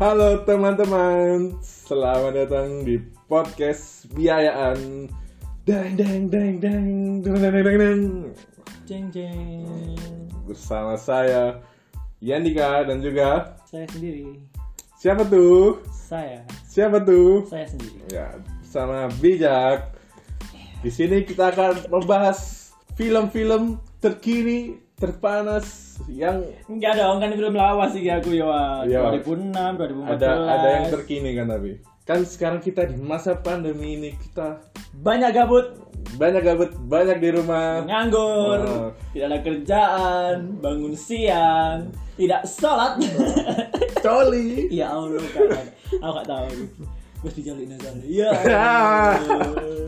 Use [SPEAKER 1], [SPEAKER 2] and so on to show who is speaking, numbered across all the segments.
[SPEAKER 1] Halo teman-teman, selamat datang di podcast biayaan. Dang dang dang dang dang dang dang, dang, dang.
[SPEAKER 2] Jeng jeng.
[SPEAKER 1] Bersama saya Yandika dan juga
[SPEAKER 2] Saya sendiri.
[SPEAKER 1] siapa tuh?
[SPEAKER 2] Saya.
[SPEAKER 1] Siapa tuh?
[SPEAKER 2] Saya sendiri.
[SPEAKER 1] Ya, bersama Bijak. Di sini kita akan membahas film-film terkini, terpanas yang
[SPEAKER 2] Enggak dong, kan belum lawas sih aku ya. Wak.
[SPEAKER 1] Iya, Wak.
[SPEAKER 2] 2006, 2014.
[SPEAKER 1] ada ada yang terkini kan tapi. Kan sekarang kita di masa pandemi ini kita
[SPEAKER 2] banyak gabut,
[SPEAKER 1] banyak gabut, banyak di rumah.
[SPEAKER 2] nganggur,
[SPEAKER 1] Oh.
[SPEAKER 2] tidak ada kerjaan, bangun siang, tidak sholat.
[SPEAKER 1] Coli.
[SPEAKER 2] ya Allah, Kak. aku gak tahu. Terus dijalin aja. Ya. Allah.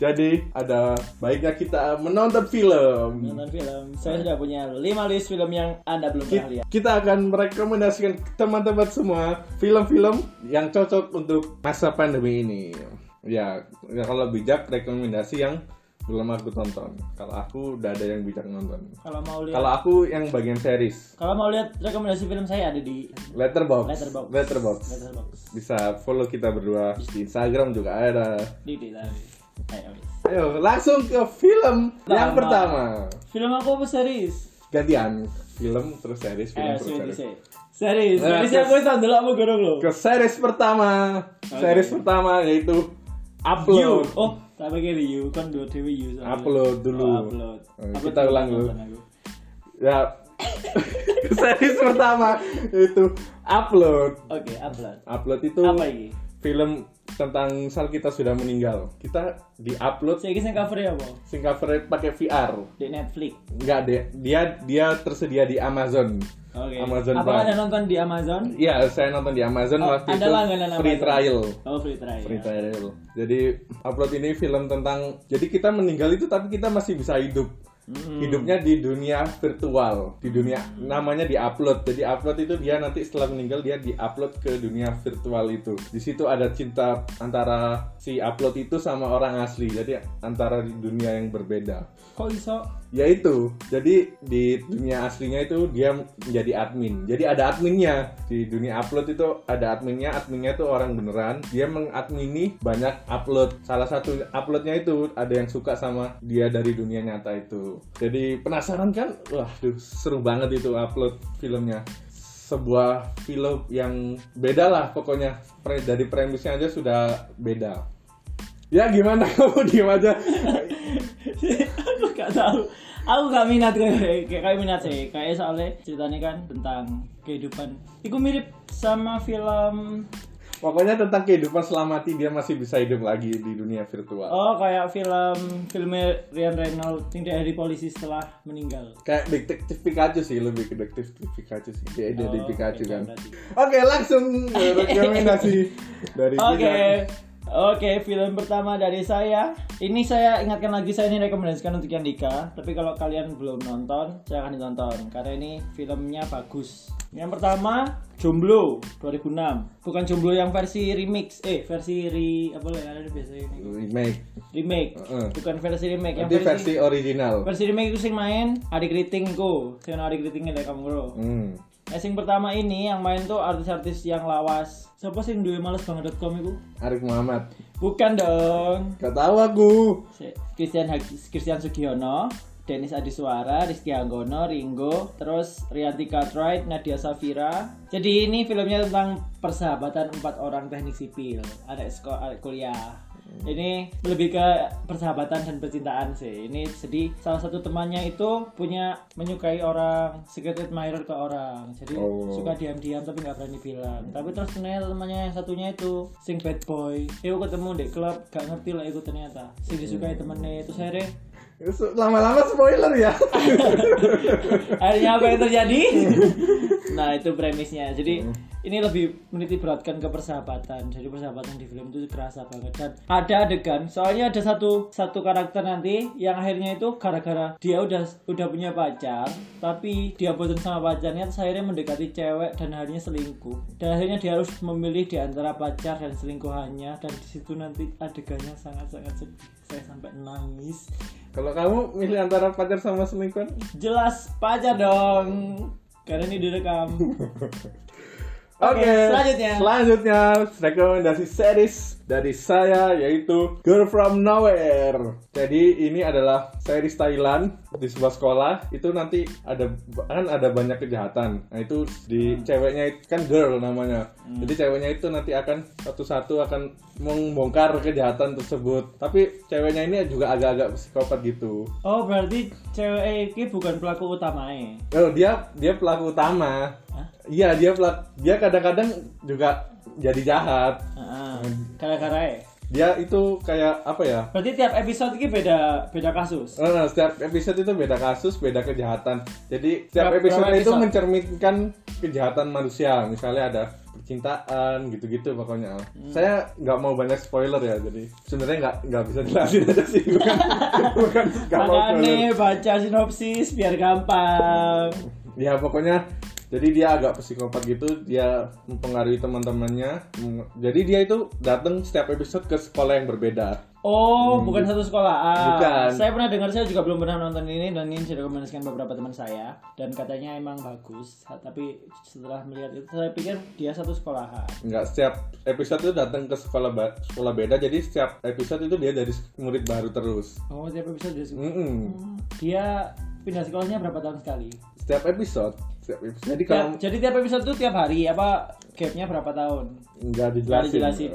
[SPEAKER 1] Jadi ada baiknya kita menonton film.
[SPEAKER 2] Nonton film. Saya sudah punya 5 list film yang Anda belum pernah
[SPEAKER 1] Ki-
[SPEAKER 2] lihat.
[SPEAKER 1] Kita akan merekomendasikan ke teman-teman semua film-film yang cocok untuk masa pandemi ini. Ya, ya kalau bijak rekomendasi yang belum aku tonton. Kalau aku udah ada yang bijak nonton.
[SPEAKER 2] Kalau mau lihat
[SPEAKER 1] Kalau aku yang bagian series,
[SPEAKER 2] Kalau mau lihat rekomendasi film saya ada di
[SPEAKER 1] Letterbox.
[SPEAKER 2] Letterbox.
[SPEAKER 1] Letterbox.
[SPEAKER 2] Letterboxd.
[SPEAKER 1] Bisa follow kita berdua di Instagram juga ada.
[SPEAKER 2] Di di lah. Eh, Ayo, wis.
[SPEAKER 1] Ayo, langsung ke film yang
[SPEAKER 2] Pertama.
[SPEAKER 1] pertama.
[SPEAKER 2] Film aku apa series?
[SPEAKER 1] gantian film terus series film
[SPEAKER 2] Eh,
[SPEAKER 1] terus
[SPEAKER 2] series.
[SPEAKER 1] series
[SPEAKER 2] Series. Series.
[SPEAKER 1] Nah,
[SPEAKER 2] Series aku wis tak delok apa gorong lo.
[SPEAKER 1] ke series pertama series pertama yaitu
[SPEAKER 2] You.
[SPEAKER 1] upload
[SPEAKER 2] Oh, tak pakai di you kan dua TV you. soalnya.
[SPEAKER 1] Upload dulu.
[SPEAKER 2] Oh, upload.
[SPEAKER 1] Eh, kita ulang dulu.
[SPEAKER 2] nonton aku.
[SPEAKER 1] ya ke series pertama yaitu upload
[SPEAKER 2] Oke, upload.
[SPEAKER 1] upload itu
[SPEAKER 2] Apa iki?
[SPEAKER 1] film tentang misal kita sudah meninggal kita di upload
[SPEAKER 2] Saya kisah cover ya, Bang.
[SPEAKER 1] sing covernya pakai VR
[SPEAKER 2] Di Netflix.
[SPEAKER 1] enggak deh dia dia tersedia di Amazon
[SPEAKER 2] Oke.
[SPEAKER 1] Amazon
[SPEAKER 2] Apa
[SPEAKER 1] Prime.
[SPEAKER 2] Anda nonton di Amazon?
[SPEAKER 1] Iya, saya nonton di Amazon
[SPEAKER 2] Oh,
[SPEAKER 1] waktu
[SPEAKER 2] ada
[SPEAKER 1] itu
[SPEAKER 2] langganan
[SPEAKER 1] free
[SPEAKER 2] Amazon.
[SPEAKER 1] trial.
[SPEAKER 2] Oh, free trial.
[SPEAKER 1] Free trial. Jadi upload ini film tentang jadi kita meninggal itu tapi kita masih bisa hidup. Hidupnya di dunia virtual, di dunia namanya di upload. Jadi upload itu dia nanti setelah meninggal dia di upload ke dunia virtual itu. Di situ ada cinta antara si upload itu sama orang asli. Jadi antara di dunia yang berbeda
[SPEAKER 2] Kok iso?
[SPEAKER 1] yaitu Ya jadi di dunia aslinya itu dia menjadi admin jadi ada adminnya di dunia upload itu ada adminnya adminnya itu orang beneran dia mengadmini banyak upload salah satu uploadnya itu ada yang suka sama dia dari dunia nyata itu jadi penasaran kan wah aduh, seru banget itu upload filmnya sebuah film yang beda lah pokoknya Pre- dari premisnya aja sudah beda ya gimana kamu diem aja
[SPEAKER 2] aku gak tahu aku gak minat kayak kayak kayak minat sih kayak soalnya ceritanya kan tentang kehidupan itu mirip sama film
[SPEAKER 1] Pokoknya tentang kehidupan selamati dia masih bisa hidup lagi di dunia virtual.
[SPEAKER 2] oh kayak film filmnya Ryan Reynolds yang dia di polisi setelah meninggal
[SPEAKER 1] Kayak detektif Pikachu sih, lebih ke detektif Pikachu sih. Dia dia di
[SPEAKER 2] Oh,
[SPEAKER 1] Pikachu
[SPEAKER 2] oke,
[SPEAKER 1] kan.
[SPEAKER 2] berarti.
[SPEAKER 1] Oke, langsung rekomendasi dari
[SPEAKER 2] oke
[SPEAKER 1] Dilan.
[SPEAKER 2] Oke, film pertama dari saya. Ini saya ingatkan lagi saya ini rekomendasikan untuk Yandika, tapi kalau kalian belum nonton, silahkan ditonton karena ini filmnya bagus. Yang pertama, Jomblo 2006. Bukan Jomblo yang versi remix, eh versi re apa lah yang ada di biasa ini.
[SPEAKER 1] Remake.
[SPEAKER 2] Remake.
[SPEAKER 1] Heeh.
[SPEAKER 2] Bukan versi remake, yang
[SPEAKER 1] Nanti Hmm. versi original.
[SPEAKER 2] versi remake itu sing main Adik Ritingku. Sing Adik Ritingnya dari kamu bro.
[SPEAKER 1] Hmm.
[SPEAKER 2] Nah, sing pertama ini yang main tuh artis-artis yang lawas. Siapa sih yang duwe males banget.com itu?
[SPEAKER 1] Arif Muhammad.
[SPEAKER 2] Bukan dong.
[SPEAKER 1] Gak tahu aku.
[SPEAKER 2] Si- Christian Hag- Christian Sugiono, Dennis Adiswara, Rizky Anggono, Ringo, terus Rianti Cartwright, Nadia Safira. Jadi ini filmnya tentang persahabatan empat orang teknik sipil, ada sekolah kuliah. Ini lebih ke persahabatan dan percintaan sih. Ini sedih. Salah satu temannya itu punya menyukai orang, secret admirer ke orang. Jadi
[SPEAKER 1] Oh.
[SPEAKER 2] suka diam-diam tapi nggak berani bilang tapi terus ternyata temannya yang satunya itu sing bad boy Iku ketemu di klub gak ngerti lah itu ternyata sing disukai temennya itu akhirnya
[SPEAKER 1] Lama-lama spoiler ya.
[SPEAKER 2] akhirnya apa yang terjadi nah itu premisnya jadi ini lebih meniti beratkan ke persahabatan jadi persahabatan di film itu kerasa banget dan ada adegan soalnya ada satu satu karakter nanti yang akhirnya itu gara-gara dia udah udah punya pacar tapi dia bosan sama pacarnya terus akhirnya mendekati cewek dan akhirnya selingkuh dan akhirnya dia harus memilih di antara pacar dan selingkuhannya dan disitu nanti adegannya sangat-sangat sedih saya sampai nangis
[SPEAKER 1] Kalau kamu milih antara pacar sama selingkuhan?
[SPEAKER 2] Jelas pacar dong. Karena ini direkam.
[SPEAKER 1] Oke,
[SPEAKER 2] selanjutnya.
[SPEAKER 1] Selanjutnya rekomendasi series dari saya yaitu Girl from Nowhere. Jadi ini adalah series Thailand di sebuah sekolah itu nanti ada kan ada banyak kejahatan. Nah itu di
[SPEAKER 2] Hmm.
[SPEAKER 1] ceweknya itu kan girl namanya. Jadi ceweknya itu nanti akan satu-satu akan membongkar kejahatan tersebut. Tapi ceweknya ini juga agak-agak psikopat gitu.
[SPEAKER 2] Oh berarti cewek ini bukan pelaku utamanya.
[SPEAKER 1] Oh, dia dia pelaku utama.
[SPEAKER 2] Hah?
[SPEAKER 1] Iya, dia pelak dia kadang-kadang juga jadi jahat.
[SPEAKER 2] Heeh. Gara-gara ya.
[SPEAKER 1] Dia itu kayak apa ya?
[SPEAKER 2] Berarti tiap episode ini beda beda kasus.
[SPEAKER 1] Eh, eh, setiap episode itu beda kasus, beda kejahatan. Jadi setiap
[SPEAKER 2] Berapa-
[SPEAKER 1] episode
[SPEAKER 2] berapa
[SPEAKER 1] itu
[SPEAKER 2] episode?
[SPEAKER 1] mencerminkan kejahatan manusia. Misalnya ada percintaan gitu-gitu pokoknya.
[SPEAKER 2] Hmm.
[SPEAKER 1] Saya nggak mau banyak spoiler ya, jadi sebenarnya nggak nggak bisa jelasin aja sih. Bukan bukan nggak mau spoiler.
[SPEAKER 2] Makanya baca sinopsis biar gampang.
[SPEAKER 1] ya pokoknya jadi dia agak psikopat gitu dia mempengaruhi teman-temannya Meng- jadi dia itu datang setiap episode ke sekolah yang berbeda
[SPEAKER 2] Oh, bukan satu sekolahan.
[SPEAKER 1] Hmm. Bukan.
[SPEAKER 2] Saya pernah dengar, saya juga belum pernah nonton ini dan ini direkomendasikan beberapa teman saya dan katanya emang bagus. Tapi setelah melihat itu saya pikir dia satu sekolahan.
[SPEAKER 1] nggak setiap episode itu datang ke sekolah ba- sekolah beda jadi setiap episode itu dia dari murid baru terus
[SPEAKER 2] Oh, tiap episode dia suka.
[SPEAKER 1] Mm-mm.
[SPEAKER 2] Dia pindah sekolahnya berapa tahun sekali?
[SPEAKER 1] setiap episode setiap episode jadi kalau
[SPEAKER 2] Tiap- jadi tiap episode itu tiap hari apa gapnya berapa tahun?
[SPEAKER 1] nggak
[SPEAKER 2] Lari
[SPEAKER 1] dijelasin,
[SPEAKER 2] jelasin.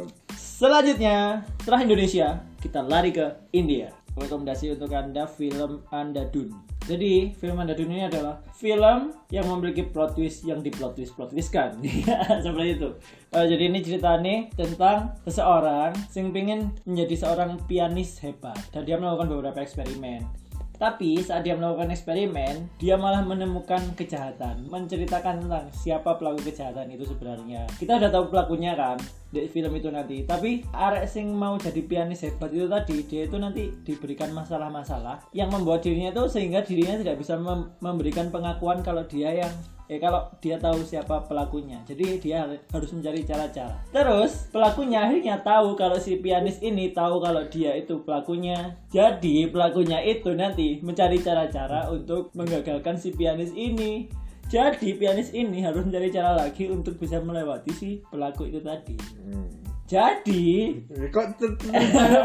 [SPEAKER 2] Selanjutnya, setelah Indonesia, kita lari ke India. Rekomendasi untuk Anda film Andadun. Jadi, film Andadun ini adalah film yang memiliki plot twist yang di plot twist plot twist kan. Seperti itu. Eh, jadi ini ceritanya tentang seseorang yang pengen menjadi seorang pianis hebat dan dia melakukan beberapa eksperimen. Tapi saat dia melakukan eksperimen, dia malah menemukan kejahatan, menceritakan tentang siapa pelaku kejahatan itu sebenarnya. Kita udah tahu pelakunya kan di film itu nanti. Tapi arek sing mau jadi pianis hebat itu tadi, dia itu nanti diberikan masalah-masalah yang membuat dirinya itu sehingga dirinya tidak bisa mem- memberikan pengakuan kalau dia yang ya kalau dia tahu siapa pelakunya jadi dia harus mencari cara-cara terus pelakunya akhirnya tahu kalau si pianis ini tahu kalau dia itu pelakunya jadi pelakunya itu nanti mencari cara-cara untuk menggagalkan si pianis ini jadi pianis ini harus mencari cara lagi untuk bisa melewati si pelaku itu tadi
[SPEAKER 1] Hmm.
[SPEAKER 2] jadi
[SPEAKER 1] Ini kok tet-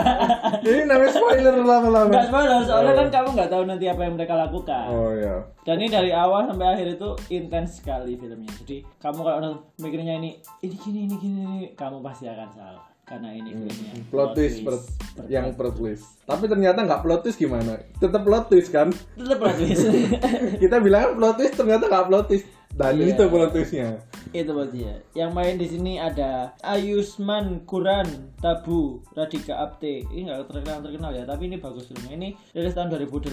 [SPEAKER 1] ini namanya spoiler lama-lama
[SPEAKER 2] nggak spoiler soalnya kan kamu nggak tahu nanti apa yang mereka lakukan
[SPEAKER 1] oh ya
[SPEAKER 2] Dan ini dari awal sampai akhir itu intens sekali filmnya. Jadi kamu kalau nonton mikirnya ini ini gini ini gini, ini, kamu pasti akan salah karena ini filmnya
[SPEAKER 1] Hmm. plot twist, per-
[SPEAKER 2] per-
[SPEAKER 1] yang plot twist tapi ternyata nggak plot twist gimana tetap plot twist kan
[SPEAKER 2] tetap plot twist.
[SPEAKER 1] kita bilang plot twist ternyata nggak plot twist dan
[SPEAKER 2] Iya.
[SPEAKER 1] itu plot twistnya
[SPEAKER 2] itu buat dia. Yang main di sini ada Ayusman Kuran, Tabu, Radika Apte. Ini nggak terkenal terkenal ya, tapi ini bagus filmnya. Ini rilis tahun 2018.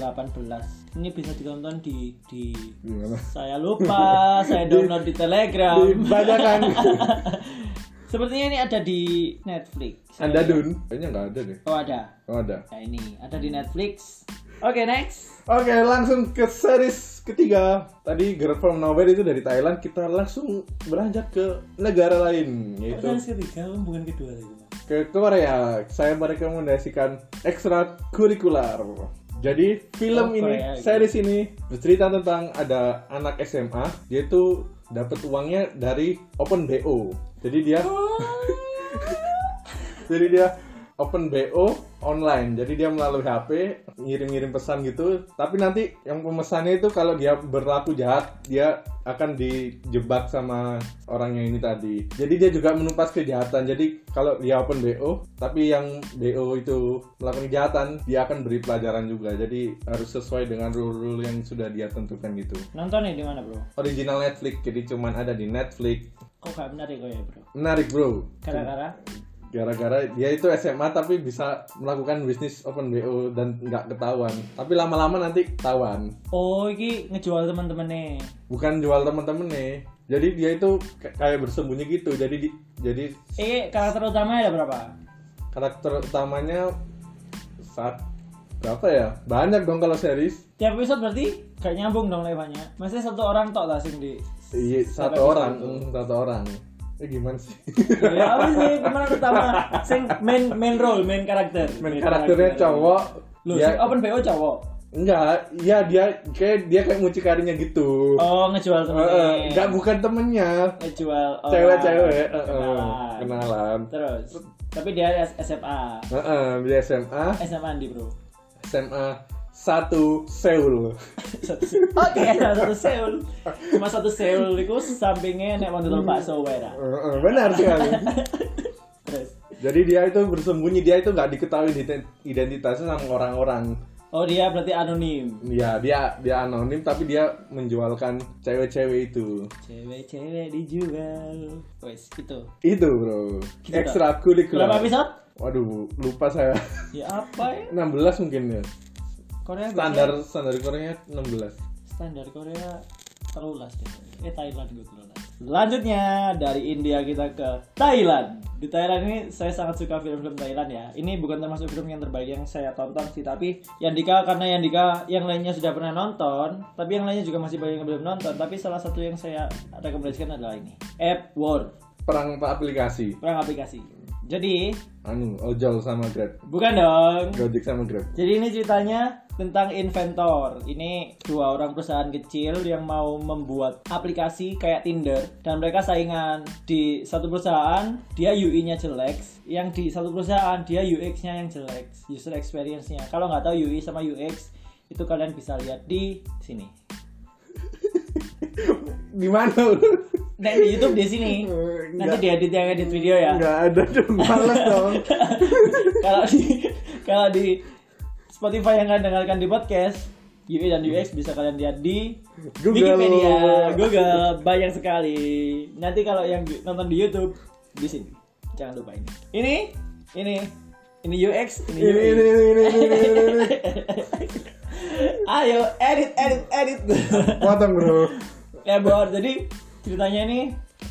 [SPEAKER 2] Ini bisa ditonton di di
[SPEAKER 1] gimana
[SPEAKER 2] saya lupa, saya download di Telegram.
[SPEAKER 1] banyak kan
[SPEAKER 2] Sepertinya ini ada di Netflix.
[SPEAKER 1] anda dun kayaknya nggak ada deh
[SPEAKER 2] Oh ada.
[SPEAKER 1] oh, ada
[SPEAKER 2] Ya ini ada di Netflix. Oke next.
[SPEAKER 1] oke langsung ke series ketiga tadi Girl from Nowhere itu dari Thailand kita langsung beranjak ke negara lain yaitu
[SPEAKER 2] kan ketiga bukan kedua lagi.
[SPEAKER 1] ke Korea saya merekomendasikan ekstrakurikular jadi film
[SPEAKER 2] Oh,
[SPEAKER 1] ini
[SPEAKER 2] Korea gitu.
[SPEAKER 1] series ini bercerita tentang ada anak SMA dia itu dapat uangnya dari open BO jadi dia
[SPEAKER 2] Oh,
[SPEAKER 1] jadi dia open BO online jadi dia melalui HP ngirim-ngirim pesan gitu tapi nanti yang pemesannya itu kalau dia berlaku jahat dia akan dijebak sama orangnya ini tadi jadi dia juga menumpas kejahatan jadi kalau dia open BO tapi yang BO itu melakukan kejahatan dia akan beri pelajaran juga jadi harus sesuai dengan rule-rule yang sudah dia tentukan gitu
[SPEAKER 2] Nontonnya di mana bro?
[SPEAKER 1] original Netflix jadi cuman ada di Netflix
[SPEAKER 2] Kok gak menarik kok ya bro?
[SPEAKER 1] menarik bro
[SPEAKER 2] Gara-gara
[SPEAKER 1] gara-gara dia itu SMA tapi bisa melakukan bisnis open BO dan nggak ketahuan tapi lama-lama nanti ketahuan
[SPEAKER 2] Oh ini ngejual teman-temannya.
[SPEAKER 1] bukan jual temen-temen nih jadi dia itu k- kayak bersembunyi gitu jadi di- jadi
[SPEAKER 2] Eh karakter utamanya ada berapa?
[SPEAKER 1] karakter utamanya saat berapa ya banyak dong kalau series
[SPEAKER 2] Tiap episode berarti gak nyambung dong lebarnya. Masih satu orang tok lah sing di.
[SPEAKER 1] Iya, satu
[SPEAKER 2] episode
[SPEAKER 1] orang
[SPEAKER 2] itu.
[SPEAKER 1] Hmm, satu orang eh gimana sih
[SPEAKER 2] ya apa sih kemana utama? Sing main main role main karakter.
[SPEAKER 1] main karakternya cowok
[SPEAKER 2] Loh,
[SPEAKER 1] dia-
[SPEAKER 2] sing open BO cowok.
[SPEAKER 1] Enggak, ya dia kayak dia kayak mucikarinya gitu.
[SPEAKER 2] Oh, ngejual temennya.
[SPEAKER 1] Heeh, enggak bukan temennya,
[SPEAKER 2] ngejual oh, orang.
[SPEAKER 1] cewek-cewek. heeh.
[SPEAKER 2] Kenalan.
[SPEAKER 1] kenalan.
[SPEAKER 2] Terus. Tapi dia S- SMA.
[SPEAKER 1] Heeh, di SMA,
[SPEAKER 2] SMA Andi, Bro.
[SPEAKER 1] SMA 1 Seoul.
[SPEAKER 2] Satu- Oke, satu Seoul. Cuma satu Seoul itu sampingnya nek mau nonton bakso wera.
[SPEAKER 1] Heeh, Eh, benar sekali.
[SPEAKER 2] Terus.
[SPEAKER 1] Jadi dia itu bersembunyi, dia itu nggak diketahui ident- identitasnya sama orang-orang.
[SPEAKER 2] Oh, dia berarti anonim.
[SPEAKER 1] Ya, dia dia anonim tapi dia menjualkan cewek-cewek itu.
[SPEAKER 2] Cewek-cewek dijual. Wes, gitu.
[SPEAKER 1] Itu, Bro. Gitu, Kak. Ekstra kurikuler.
[SPEAKER 2] Berapa episode?
[SPEAKER 1] Waduh, lupa saya.
[SPEAKER 2] Ya apa ya?
[SPEAKER 1] 16 mungkin ya.
[SPEAKER 2] Korea
[SPEAKER 1] Standar standar Korea 16.
[SPEAKER 2] standar Korea terulas deh. Eh Thailand gue terulas. Selanjutnya dari India kita ke Thailand. Di Thailand ini saya sangat suka film-film Thailand ya. Ini bukan termasuk film yang terbaik yang saya tonton sih, tapi Yandika karena Yandika yang lainnya sudah pernah nonton, tapi yang lainnya juga masih banyak yang belum nonton. Tapi salah satu yang saya rekomendasikan adalah ini, App War,
[SPEAKER 1] Perang apa aplikasi?
[SPEAKER 2] perang aplikasi. Jadi
[SPEAKER 1] Anu, ojol sama Grab.
[SPEAKER 2] bukan dong.
[SPEAKER 1] Gojek sama Grab.
[SPEAKER 2] Jadi ini ceritanya tentang inventor. Ini dua orang perusahaan kecil yang mau membuat aplikasi kayak Tinder dan mereka saingan di satu perusahaan dia UI-nya jelek, yang di satu perusahaan dia UX-nya yang jelek, user experience-nya. Kalau nggak tahu UI sama UX itu kalian bisa lihat di sini.
[SPEAKER 1] Di mana?
[SPEAKER 2] Nah, di YouTube di sini. Nanti diedit yang edit video ya.
[SPEAKER 1] Enggak ada dong, males dong.
[SPEAKER 2] kalau di kalau di Spotify yang kalian dengarkan di podcast UI dan UX bisa kalian lihat di
[SPEAKER 1] Google.
[SPEAKER 2] Wikipedia, Google banyak sekali. Nanti kalau yang di- nonton di YouTube di sini jangan lupa ini. Ini ini ini UX ini,
[SPEAKER 1] Ini
[SPEAKER 2] UI.
[SPEAKER 1] ini ini ini ini. ini, ini.
[SPEAKER 2] Ayo edit edit edit.
[SPEAKER 1] Potong, Bro.
[SPEAKER 2] ya Bor, jadi ceritanya ini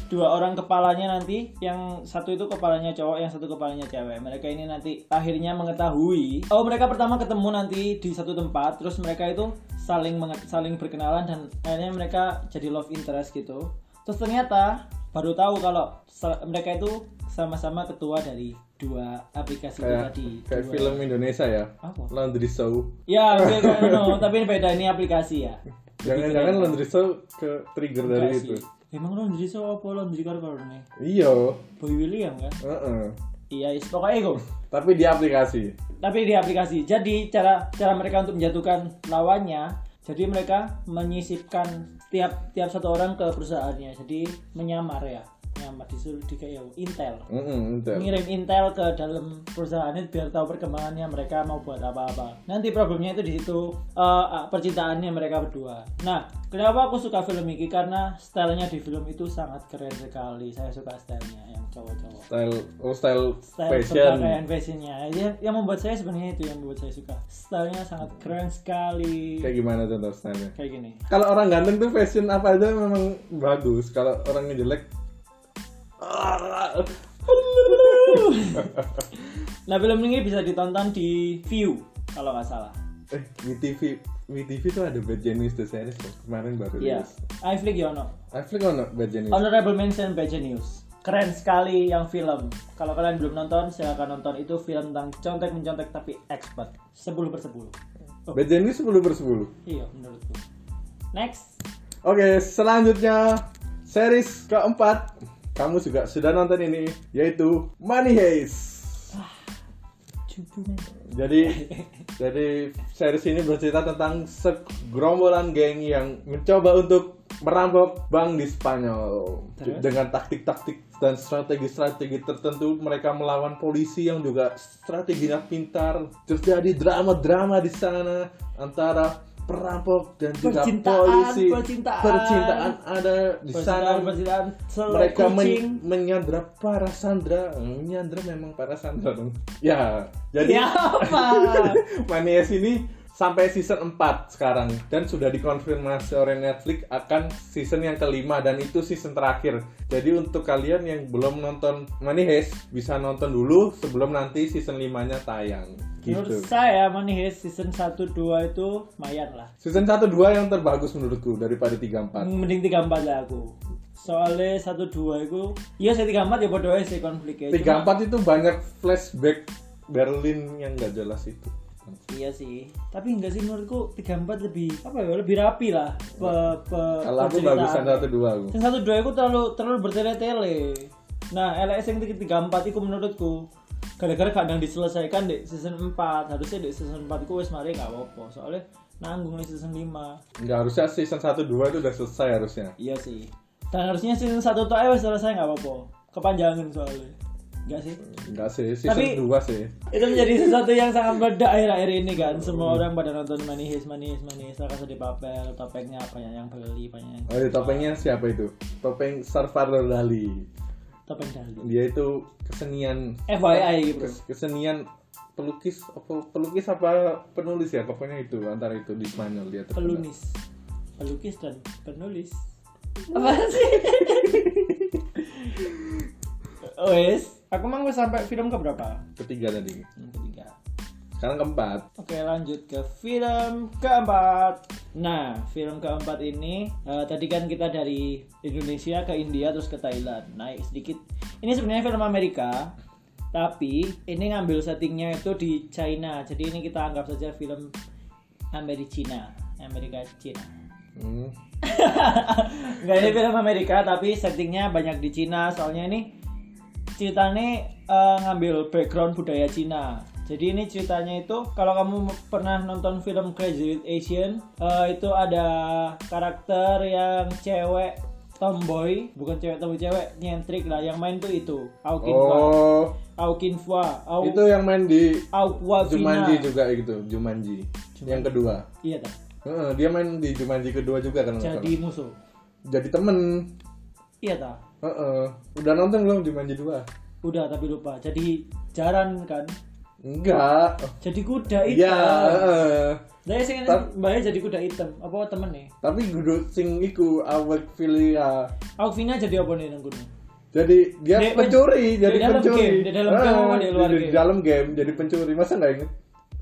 [SPEAKER 2] dua orang kepalanya nanti yang satu itu kepalanya cowok yang satu kepalanya cewek mereka ini nanti akhirnya mengetahui oh mereka pertama ketemu nanti di satu tempat terus mereka itu saling menge- saling berkenalan dan akhirnya mereka jadi love interest gitu terus ternyata baru tahu kalau se- mereka itu sama-sama ketua dari dua aplikasi itu
[SPEAKER 1] Kayak
[SPEAKER 2] tadi
[SPEAKER 1] Ya. kayak
[SPEAKER 2] Dua-
[SPEAKER 1] film Indonesia ya.
[SPEAKER 2] apa
[SPEAKER 1] Laundry Show.
[SPEAKER 2] ya oke, oke, oke, no. tapi ini beda ini aplikasi ya
[SPEAKER 1] Jangan-jangan Laundry Show ke trigger dari itu.
[SPEAKER 2] Aplikasi. emang laundry so apa laundry karena nih
[SPEAKER 1] Iya.
[SPEAKER 2] Boy William kan?
[SPEAKER 1] Heeh.
[SPEAKER 2] Iya, is pokoknya itu.
[SPEAKER 1] Tapi di aplikasi.
[SPEAKER 2] Tapi di aplikasi. Jadi cara cara mereka untuk menjatuhkan lawannya, jadi mereka menyisipkan tiap tiap satu orang ke perusahaannya. Jadi menyamar ya, menyamar disuruh di kayak intel.
[SPEAKER 1] Heeh, bentar.
[SPEAKER 2] Ngirim intel ke dalam perusahaannya biar tahu perkembangannya mereka mau buat apa-apa. Nanti problemnya itu di situ eh, percintaannya mereka berdua. Nah, kenapa aku suka film ini? Karena stylenya di film itu sangat keren sekali. Saya suka stylenya yang cowok-cowok
[SPEAKER 1] Style, oh style,
[SPEAKER 2] style ya.
[SPEAKER 1] fashion.
[SPEAKER 2] berpakaian fashionnya yang, yang membuat saya sebenarnya itu yang membuat saya suka stylenya sangat keren sekali
[SPEAKER 1] Kayak gimana contoh stylenya?
[SPEAKER 2] kayak gini
[SPEAKER 1] Kalau orang ganteng tuh fashion apa aja memang bagus. Kalau orang jelek
[SPEAKER 2] nah film ini bisa ditonton di view kalau nggak salah
[SPEAKER 1] eh WeTV WeTV tuh ada Bad Genius The Series loh. Kemarin baru
[SPEAKER 2] iya
[SPEAKER 1] rilis.
[SPEAKER 2] iFlick Yono
[SPEAKER 1] Netflix ono Bad Genius.
[SPEAKER 2] honorable mention Badger News keren sekali yang film kalau kalian belum nonton silahkan nonton itu film tentang contek mencontek tapi expert 10 per 10 oh,
[SPEAKER 1] Bad Genius 10 per 10.
[SPEAKER 2] iya menurutku next
[SPEAKER 1] Oke, selanjutnya series keempat. Kamu juga sudah nonton ini, yaitu Money Heist.
[SPEAKER 2] Cupu.
[SPEAKER 1] Jadi dari series ini bercerita tentang segerombolan geng yang mencoba untuk merampok bank di Spanyol
[SPEAKER 2] Terus?
[SPEAKER 1] dengan taktik-taktik dan strategi-strategi tertentu mereka melawan polisi yang juga strateginya pintar terjadi drama-drama di sana antara perampok dan juga
[SPEAKER 2] Percintaan,
[SPEAKER 1] polisi
[SPEAKER 2] percintaan.
[SPEAKER 1] Percintaan ada di sana
[SPEAKER 2] percintaan
[SPEAKER 1] mereka men- menyandra para sandra menyandra memang para sandra dong ya jadi
[SPEAKER 2] ya apa
[SPEAKER 1] Manias ini sampai season 4 sekarang dan sudah dikonfirmasi oleh Netflix akan season yang kelima dan itu season terakhir. Jadi untuk kalian yang belum nonton Money Heist bisa nonton dulu sebelum nanti season 5-nya tayang.
[SPEAKER 2] menurut
[SPEAKER 1] Gitu.
[SPEAKER 2] saya Money Heist season 1 2 itu lumayan lah
[SPEAKER 1] Season 1 2 yang terbagus menurutku daripada 3 4.
[SPEAKER 2] mending 34 lah aku soalnya 1 2 itu iya saya 34 ya bodoh aja sih konfliknya
[SPEAKER 1] 3 4 itu banyak flashback Berlin yang nggak jelas itu.
[SPEAKER 2] Iya sih, tapi enggak sih menurutku 34 lebih apa ya lebih rapi lah. Pe, pe,
[SPEAKER 1] Kalau aku
[SPEAKER 2] penceritaan.
[SPEAKER 1] bagusan satu dua aku.
[SPEAKER 2] Yang satu dua itu terlalu terlalu bertele-tele. Nah, LS yang tiga empat itu menurutku gara-gara kadang diselesaikan di season 4 harusnya di season 4 ku wis mari nggak apa-apa soalnya nanggung di season 5
[SPEAKER 1] Enggak harusnya season 1 2 itu udah selesai harusnya.
[SPEAKER 2] Iya sih. Dan harusnya season 1 tuh ayo selesai nggak apa-apa. Kepanjangan soalnya. Enggak sih.
[SPEAKER 1] Enggak sih, season
[SPEAKER 2] Tapi-
[SPEAKER 1] 2 sih.
[SPEAKER 2] Itu menjadi sesuatu yang sangat beda akhir-akhir ini kan. Semua orang pada nonton manis manis manis La Casa di Papel, topengnya banyak yang beli, banyak yang
[SPEAKER 1] Oh, iya, topengnya siapa itu? Topeng Sarfaro Dali.
[SPEAKER 2] topeng dahulu.
[SPEAKER 1] Dia itu kesenian
[SPEAKER 2] FYI gitu.
[SPEAKER 1] kes- kesenian pelukis apa pelukis apa penulis ya pokoknya itu antara itu di Spanyol dia terkenal.
[SPEAKER 2] Pelunis. Pelukis dan penulis. Apa sih? Wes, aku mau sampai film keberapa?
[SPEAKER 1] ketiga tadi
[SPEAKER 2] Yang ketiga.
[SPEAKER 1] sekarang keempat
[SPEAKER 2] Oke lanjut ke film keempat. Nah film keempat ini eh, tadi kan kita dari Indonesia ke India terus ke Thailand naik sedikit. Ini sebenarnya film Amerika tapi ini ngambil settingnya itu di China. Jadi ini kita anggap saja film Amerika Cina, Amerika Cina.
[SPEAKER 1] hmm.
[SPEAKER 2] Enggak ini film Amerika tapi settingnya banyak di Cina soalnya ini ceritanya eh, ngambil background budaya Cina. Jadi ini ceritanya itu kalau kamu pernah nonton film Crazy Rich Asian eh, itu ada karakter yang cewek tomboy bukan cewek tomboy cewek nyentrik lah yang main tuh itu Aokin Fua
[SPEAKER 1] oh
[SPEAKER 2] Aokin Fua Ao
[SPEAKER 1] itu yang main di
[SPEAKER 2] Aokwa Fina.
[SPEAKER 1] Jumanji juga gitu Jumanji, yang kedua
[SPEAKER 2] Iya tak?
[SPEAKER 1] Heeh, dia main di Jumanji kedua juga kan
[SPEAKER 2] Jadi musuh.
[SPEAKER 1] jadi temen
[SPEAKER 2] Iya tak?
[SPEAKER 1] Heeh. udah nonton belum Jumanji dua
[SPEAKER 2] Udah tapi lupa. Jadi jaran kan.
[SPEAKER 1] enggak
[SPEAKER 2] Jadi kuda itu.
[SPEAKER 1] iya heeh.
[SPEAKER 2] Nah, sing
[SPEAKER 1] Tar-
[SPEAKER 2] mbaknya jadi kuda hitam. Apa temen nih?
[SPEAKER 1] tapi guduk sing iku awet filia
[SPEAKER 2] Alvina jadi apa nih nang kudu?
[SPEAKER 1] jadi dia
[SPEAKER 2] Di-
[SPEAKER 1] pencuri
[SPEAKER 2] di
[SPEAKER 1] jadi
[SPEAKER 2] dalam
[SPEAKER 1] pencuri
[SPEAKER 2] game, di dalam game
[SPEAKER 1] Heeh,
[SPEAKER 2] apa di luar
[SPEAKER 1] di,
[SPEAKER 2] game?
[SPEAKER 1] dalam game jadi pencuri masa nggak inget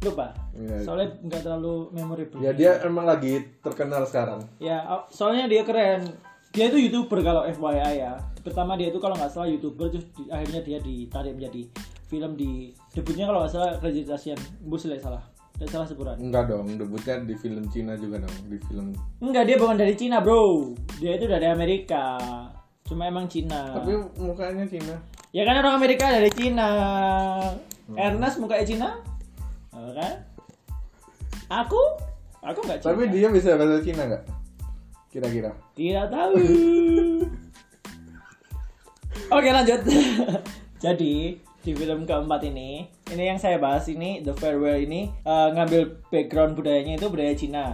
[SPEAKER 2] Lupa.
[SPEAKER 1] Iya.
[SPEAKER 2] Soalnya nggak terlalu memorable.
[SPEAKER 1] ya dia emang lagi terkenal sekarang
[SPEAKER 2] Ya, Al- soalnya dia keren. Dia itu youtuber kalau FYI ya. Pertama dia itu kalau nggak salah youtuber terus di- akhirnya dia ditarik menjadi film di debutnya kalau nggak salah Crazy Rich Asian. Bu Sule salah. Tidak salah sebulan.
[SPEAKER 1] enggak dong debutnya di film Cina juga dong di film
[SPEAKER 2] Enggak, dia bukan dari Cina, Bro. Dia itu dari Amerika. Cuma emang Cina.
[SPEAKER 1] tapi mukanya Cina
[SPEAKER 2] Ya kan orang Amerika dari Cina. Ernest mukanya Cina? Oh, kan? Aku? Aku nggak Cina.
[SPEAKER 1] Tapi dia bisa bahasa Cina nggak? Kira-kira.
[SPEAKER 2] Tidak tahu. Oke lanjut. Jadi di film keempat ini, ini yang saya bahas ini The Farewell ini eh, ngambil background budayanya itu budaya Cina.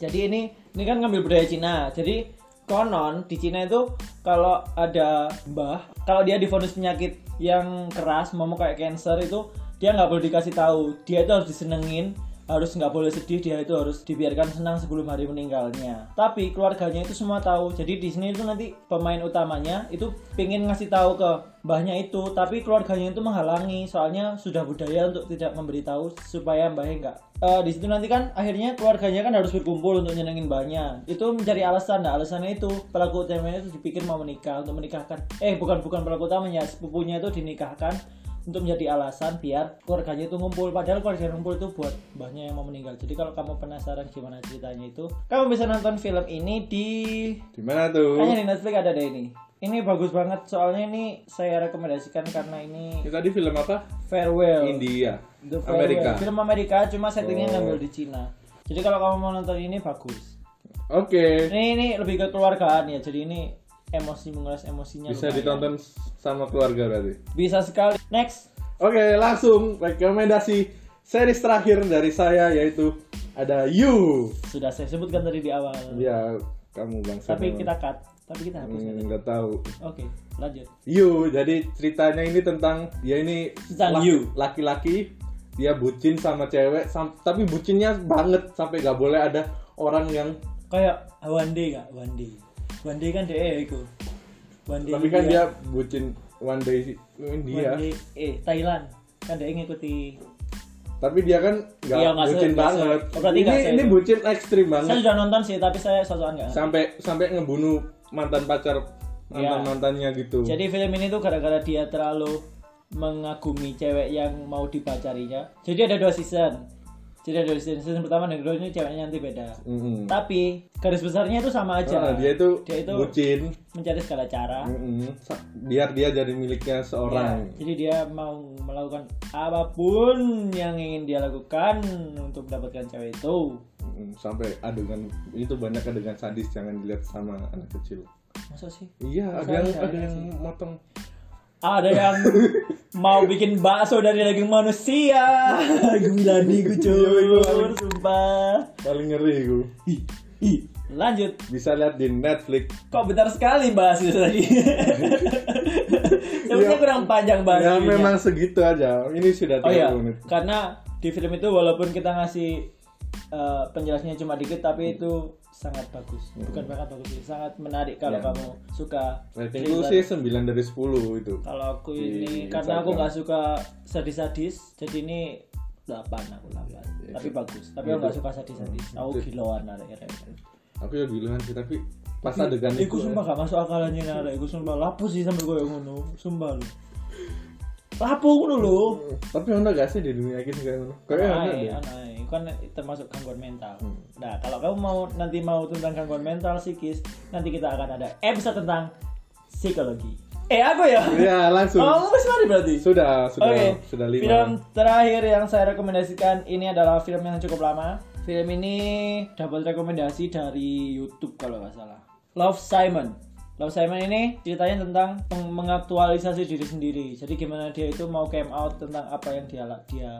[SPEAKER 2] Jadi ini ini kan ngambil budaya Cina. Jadi konon di Cina itu kalau ada mbah, kalau dia difonis penyakit yang keras, mau kayak cancer itu dia nggak boleh dikasih tahu. Dia itu harus disenengin harus nggak boleh sedih dia itu harus dibiarkan senang sebelum hari meninggalnya tapi keluarganya itu semua tahu jadi di sini itu nanti pemain utamanya itu pengen ngasih tahu ke mbahnya itu tapi keluarganya itu menghalangi soalnya sudah budaya untuk tidak memberitahu supaya mbahnya nggak Eh, di situ nanti kan akhirnya keluarganya kan harus berkumpul untuk nyenengin mbahnya itu mencari alasan nah alasannya itu pelaku utamanya itu dipikir mau menikah untuk menikahkan eh bukan bukan pelaku utamanya sepupunya itu dinikahkan untuk menjadi alasan biar keluarganya itu ngumpul padahal keluarga yang ngumpul itu buat mbahnya yang mau meninggal jadi kalau kamu penasaran gimana ceritanya itu kamu bisa nonton film ini di
[SPEAKER 1] Di mana tuh?
[SPEAKER 2] hanya di Netflix ada deh ini ini bagus banget soalnya ini saya rekomendasikan karena ini
[SPEAKER 1] Ini tadi film apa?
[SPEAKER 2] farewell
[SPEAKER 1] India.
[SPEAKER 2] The Farewell.
[SPEAKER 1] Amerika.
[SPEAKER 2] film Amerika cuma settingnya
[SPEAKER 1] Oh.
[SPEAKER 2] ngambil di Cina jadi kalau kamu mau nonton ini bagus
[SPEAKER 1] Oke.
[SPEAKER 2] ini ini lebih ke keluargaan ya jadi ini emosi menguras emosinya
[SPEAKER 1] Bisa
[SPEAKER 2] lumayan.
[SPEAKER 1] ditonton sama keluarga berarti.
[SPEAKER 2] bisa sekali next
[SPEAKER 1] Oke, langsung rekomendasi series terakhir dari saya yaitu ada You.
[SPEAKER 2] sudah saya sebutkan tadi di awal
[SPEAKER 1] Ya, kamu bangsa.
[SPEAKER 2] tapi
[SPEAKER 1] memang.
[SPEAKER 2] kita cut tapi kita hapus nanti.
[SPEAKER 1] Hmm, nggak tahu.
[SPEAKER 2] Oke, lanjut.
[SPEAKER 1] You, jadi ceritanya ini tentang dia ini
[SPEAKER 2] Tentang
[SPEAKER 1] laki-
[SPEAKER 2] you.
[SPEAKER 1] laki-laki dia bucin sama cewek, sam- tapi bucinnya banget sampai nggak boleh ada orang yang
[SPEAKER 2] Kayak One Day nggak? One Day. One Day kan DE itu. One Day.
[SPEAKER 1] tapi kan
[SPEAKER 2] India,
[SPEAKER 1] dia iya. bucin one day
[SPEAKER 2] Iya. One
[SPEAKER 1] India
[SPEAKER 2] Day eh Thailand. Kan DE ngikuti.
[SPEAKER 1] tapi dia kan nggak
[SPEAKER 2] Iya, nggak
[SPEAKER 1] bucin
[SPEAKER 2] se- nggak se-
[SPEAKER 1] banget
[SPEAKER 2] Oh, berarti
[SPEAKER 1] ini
[SPEAKER 2] nggak se-
[SPEAKER 1] ini bucin ekstrim
[SPEAKER 2] Saya
[SPEAKER 1] banget
[SPEAKER 2] sudah nonton sih, tapi saya sosokan nggak. ngerti.
[SPEAKER 1] sampai sampai ngebunuh mantan pacar mantan mantannya gitu
[SPEAKER 2] Jadi film ini tuh gara-gara dia terlalu mengagumi cewek yang mau dipacarinya. Jadi ada dua season. jadi ada season, season pertama dan kedua ini ceweknya nanti beda
[SPEAKER 1] Mm-mm.
[SPEAKER 2] tapi garis besarnya itu sama
[SPEAKER 1] Hmm. Ah,
[SPEAKER 2] aja
[SPEAKER 1] dia itu Iya.
[SPEAKER 2] Dia itu-
[SPEAKER 1] bucin
[SPEAKER 2] mencari segala cara
[SPEAKER 1] Mm-mm. Sa- biar dia jadi miliknya
[SPEAKER 2] Ya,
[SPEAKER 1] seorang
[SPEAKER 2] jadi dia mau melakukan apapun yang ingin dia lakukan untuk mendapatkan cewek itu
[SPEAKER 1] Mm-mm. sampai adegan itu banyak adegan sadis jangan dilihat sama anak kecil
[SPEAKER 2] masa sih
[SPEAKER 1] iya ada
[SPEAKER 2] Saya-
[SPEAKER 1] yang
[SPEAKER 2] saya
[SPEAKER 1] ada yang
[SPEAKER 2] sih.
[SPEAKER 1] motong
[SPEAKER 2] ada yang mau bikin bakso dari daging manusia gila nih gue cuy sumpah
[SPEAKER 1] paling ngeri gue
[SPEAKER 2] Ih, ih. lanjut
[SPEAKER 1] bisa lihat di Netflix
[SPEAKER 2] kok bentar sekali bahas itu tadi sebenarnya
[SPEAKER 1] Ya.
[SPEAKER 2] kurang panjang bahas
[SPEAKER 1] ya iya.
[SPEAKER 2] ininya.
[SPEAKER 1] memang segitu aja ini sudah 30
[SPEAKER 2] oh ya
[SPEAKER 1] menit
[SPEAKER 2] karena di film itu walaupun kita ngasih eh, penjelasannya cuma dikit tapi itu sangat bagus
[SPEAKER 1] Hmm.
[SPEAKER 2] bukan banget bagus sih, sangat menarik kalau
[SPEAKER 1] Ya.
[SPEAKER 2] kamu suka
[SPEAKER 1] Ratingku
[SPEAKER 2] thriller.
[SPEAKER 1] sih 9 dari 10 itu.
[SPEAKER 2] Kalau aku
[SPEAKER 1] Di
[SPEAKER 2] ini karena aku
[SPEAKER 1] Instagram.
[SPEAKER 2] nggak suka sadis-sadis, jadi ini 8 aku
[SPEAKER 1] Iya,
[SPEAKER 2] 8. Tapi bagus. Tapi aku nggak suka sadis-sadis.
[SPEAKER 1] Hmm.
[SPEAKER 2] Aku gilauan arek arek.
[SPEAKER 1] Aku ya duluan sih tapi pas adegan itu.
[SPEAKER 2] Iku sumpah gak masuk akal anjing arek. Iku sumpah lapu sih sampe koyo ngono. Sumpah lu. Lapu ngono lho.
[SPEAKER 1] Tapi ono gak sih di dunia gini kayak gitu, ngono? Kayak ono
[SPEAKER 2] Anai,
[SPEAKER 1] deh.
[SPEAKER 2] anai. Iku kan termasuk gangguan mental.
[SPEAKER 1] Hmm.
[SPEAKER 2] Nah, kalau kamu mau nanti mau tentang gangguan mental psikis, nanti kita akan ada episode tentang psikologi. Eh, aku ya.
[SPEAKER 1] Ya langsung.
[SPEAKER 2] Oh, kamu masih mari berarti.
[SPEAKER 1] Sudah, sudah,
[SPEAKER 2] Oke,
[SPEAKER 1] sudah
[SPEAKER 2] Film
[SPEAKER 1] lima.
[SPEAKER 2] terakhir yang saya rekomendasikan ini adalah film yang cukup lama. Film ini dapat rekomendasi dari YouTube kalau nggak salah. Love Simon. Love Simon ini ceritanya tentang peng- mengaktualisasi diri sendiri. Jadi gimana dia itu mau came out tentang apa yang dia dia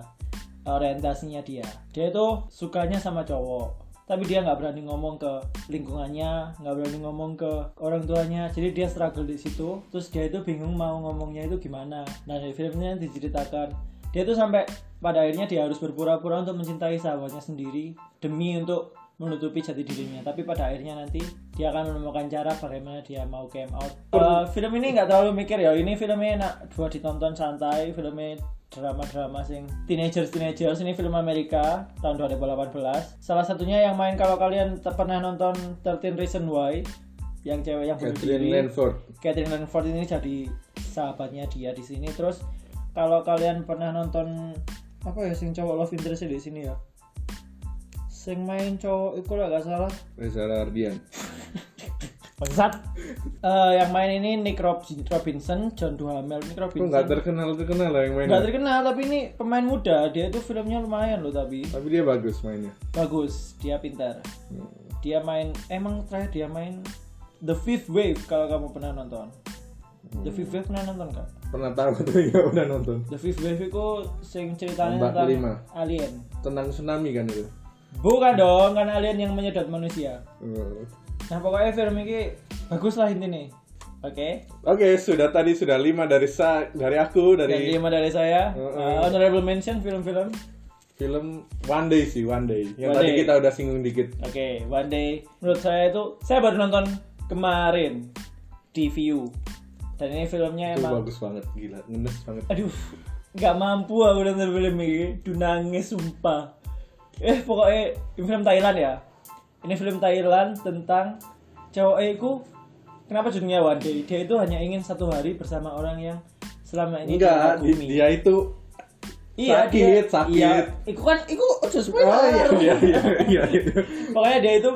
[SPEAKER 2] orientasinya dia. Dia itu sukanya sama cowok tapi dia nggak berani ngomong ke lingkungannya nggak berani ngomong ke orang tuanya jadi dia struggle di situ terus dia itu bingung mau ngomongnya itu gimana nah di filmnya diceritakan dia tuh sampai pada akhirnya dia harus berpura-pura untuk mencintai sahabatnya sendiri demi untuk menutupi jati dirinya tapi pada akhirnya nanti dia akan menemukan cara bagaimana dia mau came out Eh, film ini nggak terlalu mikir ya ini filmnya enak dua ditonton santai filmnya drama-drama sing teenagers teenagers ini film Amerika tahun 2018 salah satunya yang main kalau kalian te- pernah nonton 13 Reason Why yang cewek yang bunuh
[SPEAKER 1] Catherine
[SPEAKER 2] diri.
[SPEAKER 1] Lanford.
[SPEAKER 2] Catherine Langford ini jadi sahabatnya dia di sini terus kalau kalian pernah nonton apa ya sing cowok love interest di sini ya sing main cowok itu lah gak salah
[SPEAKER 1] Reza Rahardian.
[SPEAKER 2] bangsat Eh, yang main ini Nick Rob- Robinson John Duhamel Nick
[SPEAKER 1] Kok
[SPEAKER 2] Robinson
[SPEAKER 1] nggak terkenal terkenal lah yang main.
[SPEAKER 2] Nggak terkenal tapi ini pemain muda dia itu filmnya lumayan loh tapi
[SPEAKER 1] Tapi dia bagus mainnya.
[SPEAKER 2] bagus dia pintar
[SPEAKER 1] Hmm.
[SPEAKER 2] dia main emang terakhir dia main The Fifth Wave kalau kamu pernah nonton
[SPEAKER 1] Hmm.
[SPEAKER 2] The Fifth Wave pernah nonton kan
[SPEAKER 1] Pernah tahu tapi nggak pernah nonton.
[SPEAKER 2] The Fifth Wave itu sing ceritanya
[SPEAKER 1] Ombak
[SPEAKER 2] tentang
[SPEAKER 1] kelima.
[SPEAKER 2] alien
[SPEAKER 1] Tentang tsunami kan itu.
[SPEAKER 2] bukan dong kan alien yang menyedot manusia
[SPEAKER 1] Hmm.
[SPEAKER 2] nah pokoknya film ini bagus lah intinya oke
[SPEAKER 1] Oke, sudah tadi sudah lima dari sa dari aku
[SPEAKER 2] dan
[SPEAKER 1] dari
[SPEAKER 2] lima dari saya
[SPEAKER 1] Heeh.
[SPEAKER 2] Uh, honorable mention film-film
[SPEAKER 1] film One Day sih One Day. Yang
[SPEAKER 2] One
[SPEAKER 1] tadi
[SPEAKER 2] Day.
[SPEAKER 1] kita udah singgung dikit.
[SPEAKER 2] Oke, One Day menurut saya itu saya baru nonton kemarin di View. Dan ini filmnya
[SPEAKER 1] Itu
[SPEAKER 2] emang
[SPEAKER 1] bagus banget, gila, ngenes banget.
[SPEAKER 2] aduh, nggak mampu aku nonton film ini. Duh nangis sumpah. Eh pokoknya ini film Thailand ya. Ini film Thailand tentang cowok itu kenapa judulnya One Day? Dia itu hanya ingin satu hari bersama orang yang selama ini
[SPEAKER 1] Enggak, di-
[SPEAKER 2] kagumi.
[SPEAKER 1] dia itu
[SPEAKER 2] Iya,
[SPEAKER 1] sakit,
[SPEAKER 2] dia-
[SPEAKER 1] sakit.
[SPEAKER 2] Iya, itu kan, itu ojo spoiler.
[SPEAKER 1] Oh iya iya iya iya.
[SPEAKER 2] Pokoknya dia itu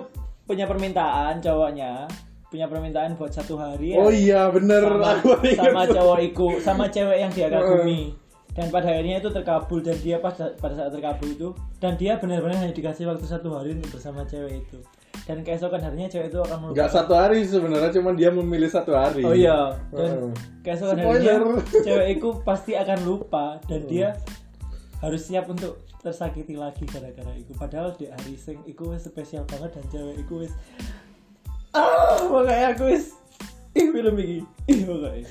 [SPEAKER 2] punya permintaan cowoknya, punya permintaan buat satu hari
[SPEAKER 1] Oh iya bener
[SPEAKER 2] sama,
[SPEAKER 1] aku ingat.
[SPEAKER 2] sama cowok iku, sama cewek yang dia kagumi. Dan pada akhirnya itu terkabul dan dia pada pada saat terkabul itu dan dia benar-benar hanya dikasih waktu satu hari untuk bersama cewek itu. Dan keesokan harinya cewek itu akan melupakan.
[SPEAKER 1] Enggak satu hari sebenarnya cuman dia memilih satu hari.
[SPEAKER 2] Oh iya, dan
[SPEAKER 1] Heeh.
[SPEAKER 2] keesokan
[SPEAKER 1] Spoiler.
[SPEAKER 2] harinya cewek itu pasti akan lupa dan dia harus siap untuk tersakiti lagi gara-gara itu. Padahal di hari sing iku wis spesial banget dan cewek iku wis ah makanya aku wis ih film iki ih makanya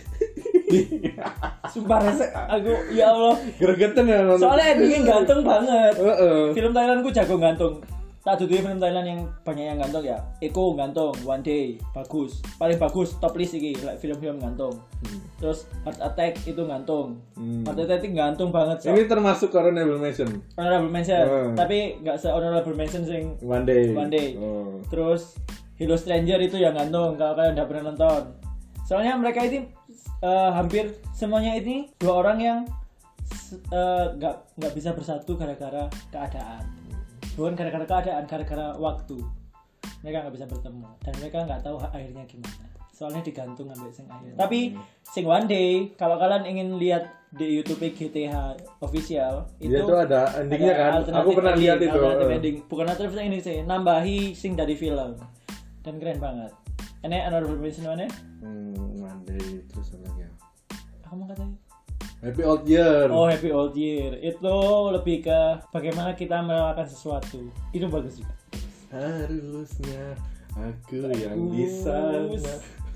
[SPEAKER 2] sumpah resek aku ya Allah
[SPEAKER 1] Gregetan ya nonton.
[SPEAKER 2] soalnya endingnya ganteng banget
[SPEAKER 1] Heeh.
[SPEAKER 2] film Thailandku jago gantung tak duduhi film Thailand yang banyak yang gantung ya Eko gantung One Day bagus paling bagus top list iki like film-film gantung terus Heart Attack itu gantung
[SPEAKER 1] Hmm.
[SPEAKER 2] Heart Attack itu gantung banget so.
[SPEAKER 1] Ini termasuk honorable mention.
[SPEAKER 2] honorable mention
[SPEAKER 1] Hmm.
[SPEAKER 2] tapi nggak se honorable mention sing
[SPEAKER 1] One day.
[SPEAKER 2] One Day.
[SPEAKER 1] Oh.
[SPEAKER 2] terus Hello Stranger itu yang gantung kalau kalian udah pernah nonton soalnya mereka ini eh, hampir semuanya ini dua orang yang se- eh, nggak nggak bisa bersatu gara-gara keadaan Lisbon gara-gara keadaan, gara-gara waktu. Mereka nggak bisa bertemu dan mereka nggak tahu akhirnya gimana. Soalnya digantung ambil sing akhir.
[SPEAKER 1] Hmm.
[SPEAKER 2] Tapi sing one day, kalau kalian ingin lihat di YouTube GTH official itu
[SPEAKER 1] Dia tuh ada endingnya kan? Aku pernah lihat itu. eh.
[SPEAKER 2] alternatif ending. bukan alternatif ending sih nambahi sing dari film dan keren banget ini honorable mention mana
[SPEAKER 1] Hmm, Monday terus apa lagi ya?
[SPEAKER 2] aku mau katanya
[SPEAKER 1] Happy Old Year.
[SPEAKER 2] Oh Happy Old Year itu lebih ke bagaimana kita melakukan sesuatu itu bagus juga.
[SPEAKER 1] Harusnya aku yang di sana.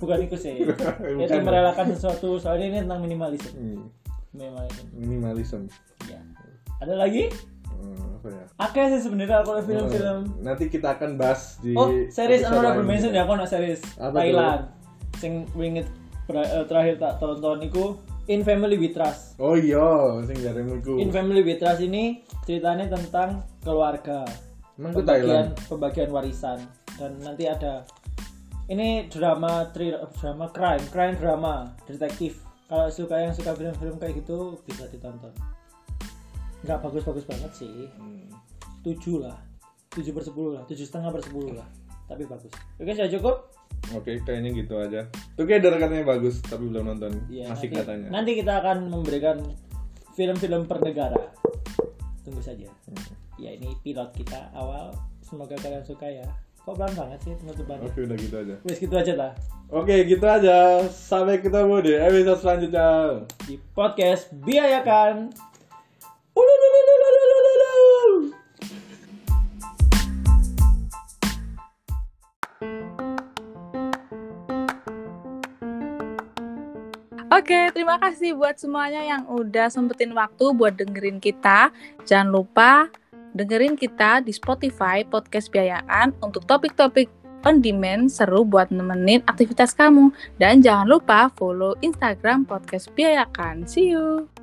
[SPEAKER 2] Bukan itu sih. itu
[SPEAKER 1] Bukan.
[SPEAKER 2] merelakan sesuatu soalnya ini tentang minimalisme.
[SPEAKER 1] Hmm,
[SPEAKER 2] Minimalisme.
[SPEAKER 1] minimalism.
[SPEAKER 2] Ya. Ada lagi?
[SPEAKER 1] Hmm, apa ya?
[SPEAKER 2] Oke sih sebenarnya kalau film-film.
[SPEAKER 1] Hmm, Nanti kita akan bahas di
[SPEAKER 2] Oh series
[SPEAKER 1] episode
[SPEAKER 2] honorable
[SPEAKER 1] lain.
[SPEAKER 2] mention ya aku nak series
[SPEAKER 1] Apa
[SPEAKER 2] Thailand. Sing winget pra- eh, terakhir tak tonton iku In Family We Trust.
[SPEAKER 1] Oh iya, sing dari Miku.
[SPEAKER 2] In Family with Trust ini ceritanya tentang keluarga.
[SPEAKER 1] Emang itu
[SPEAKER 2] pembagian,
[SPEAKER 1] Kan Thailand?
[SPEAKER 2] pembagian warisan dan nanti ada ini drama thriller drama crime, crime drama, detektif. Kalau suka yang suka film-film kayak gitu bisa ditonton. Nggak bagus-bagus banget sih.
[SPEAKER 1] Hmm.
[SPEAKER 2] 7 lah. 7 per 10 lah, 7 setengah per 10 lah. Tapi bagus. Oke, sudah cukup.
[SPEAKER 1] Oke, kayaknya gitu aja. Tuh kayak ada katanya bagus, tapi belum nonton.
[SPEAKER 2] Iya,
[SPEAKER 1] Masih
[SPEAKER 2] nanti,
[SPEAKER 1] katanya.
[SPEAKER 2] Nanti kita akan memberikan film-film per negara. Tunggu saja. Ya ini pilot kita awal. Semoga kalian suka ya. Kok pelan banget sih penutupannya?
[SPEAKER 1] Oke, udah gitu aja.
[SPEAKER 2] Wes gitu aja lah
[SPEAKER 1] Oke, gitu aja. Sampai ketemu di episode selanjutnya.
[SPEAKER 2] di podcast biayakan. Ululululululululul.
[SPEAKER 3] Oke, terima kasih buat semuanya yang udah sempetin waktu buat dengerin kita. Jangan lupa dengerin kita di Spotify Podcast Biayaan untuk topik-topik on demand seru buat nemenin aktivitas kamu. Dan jangan lupa follow Instagram Podcast Biayakan. See you!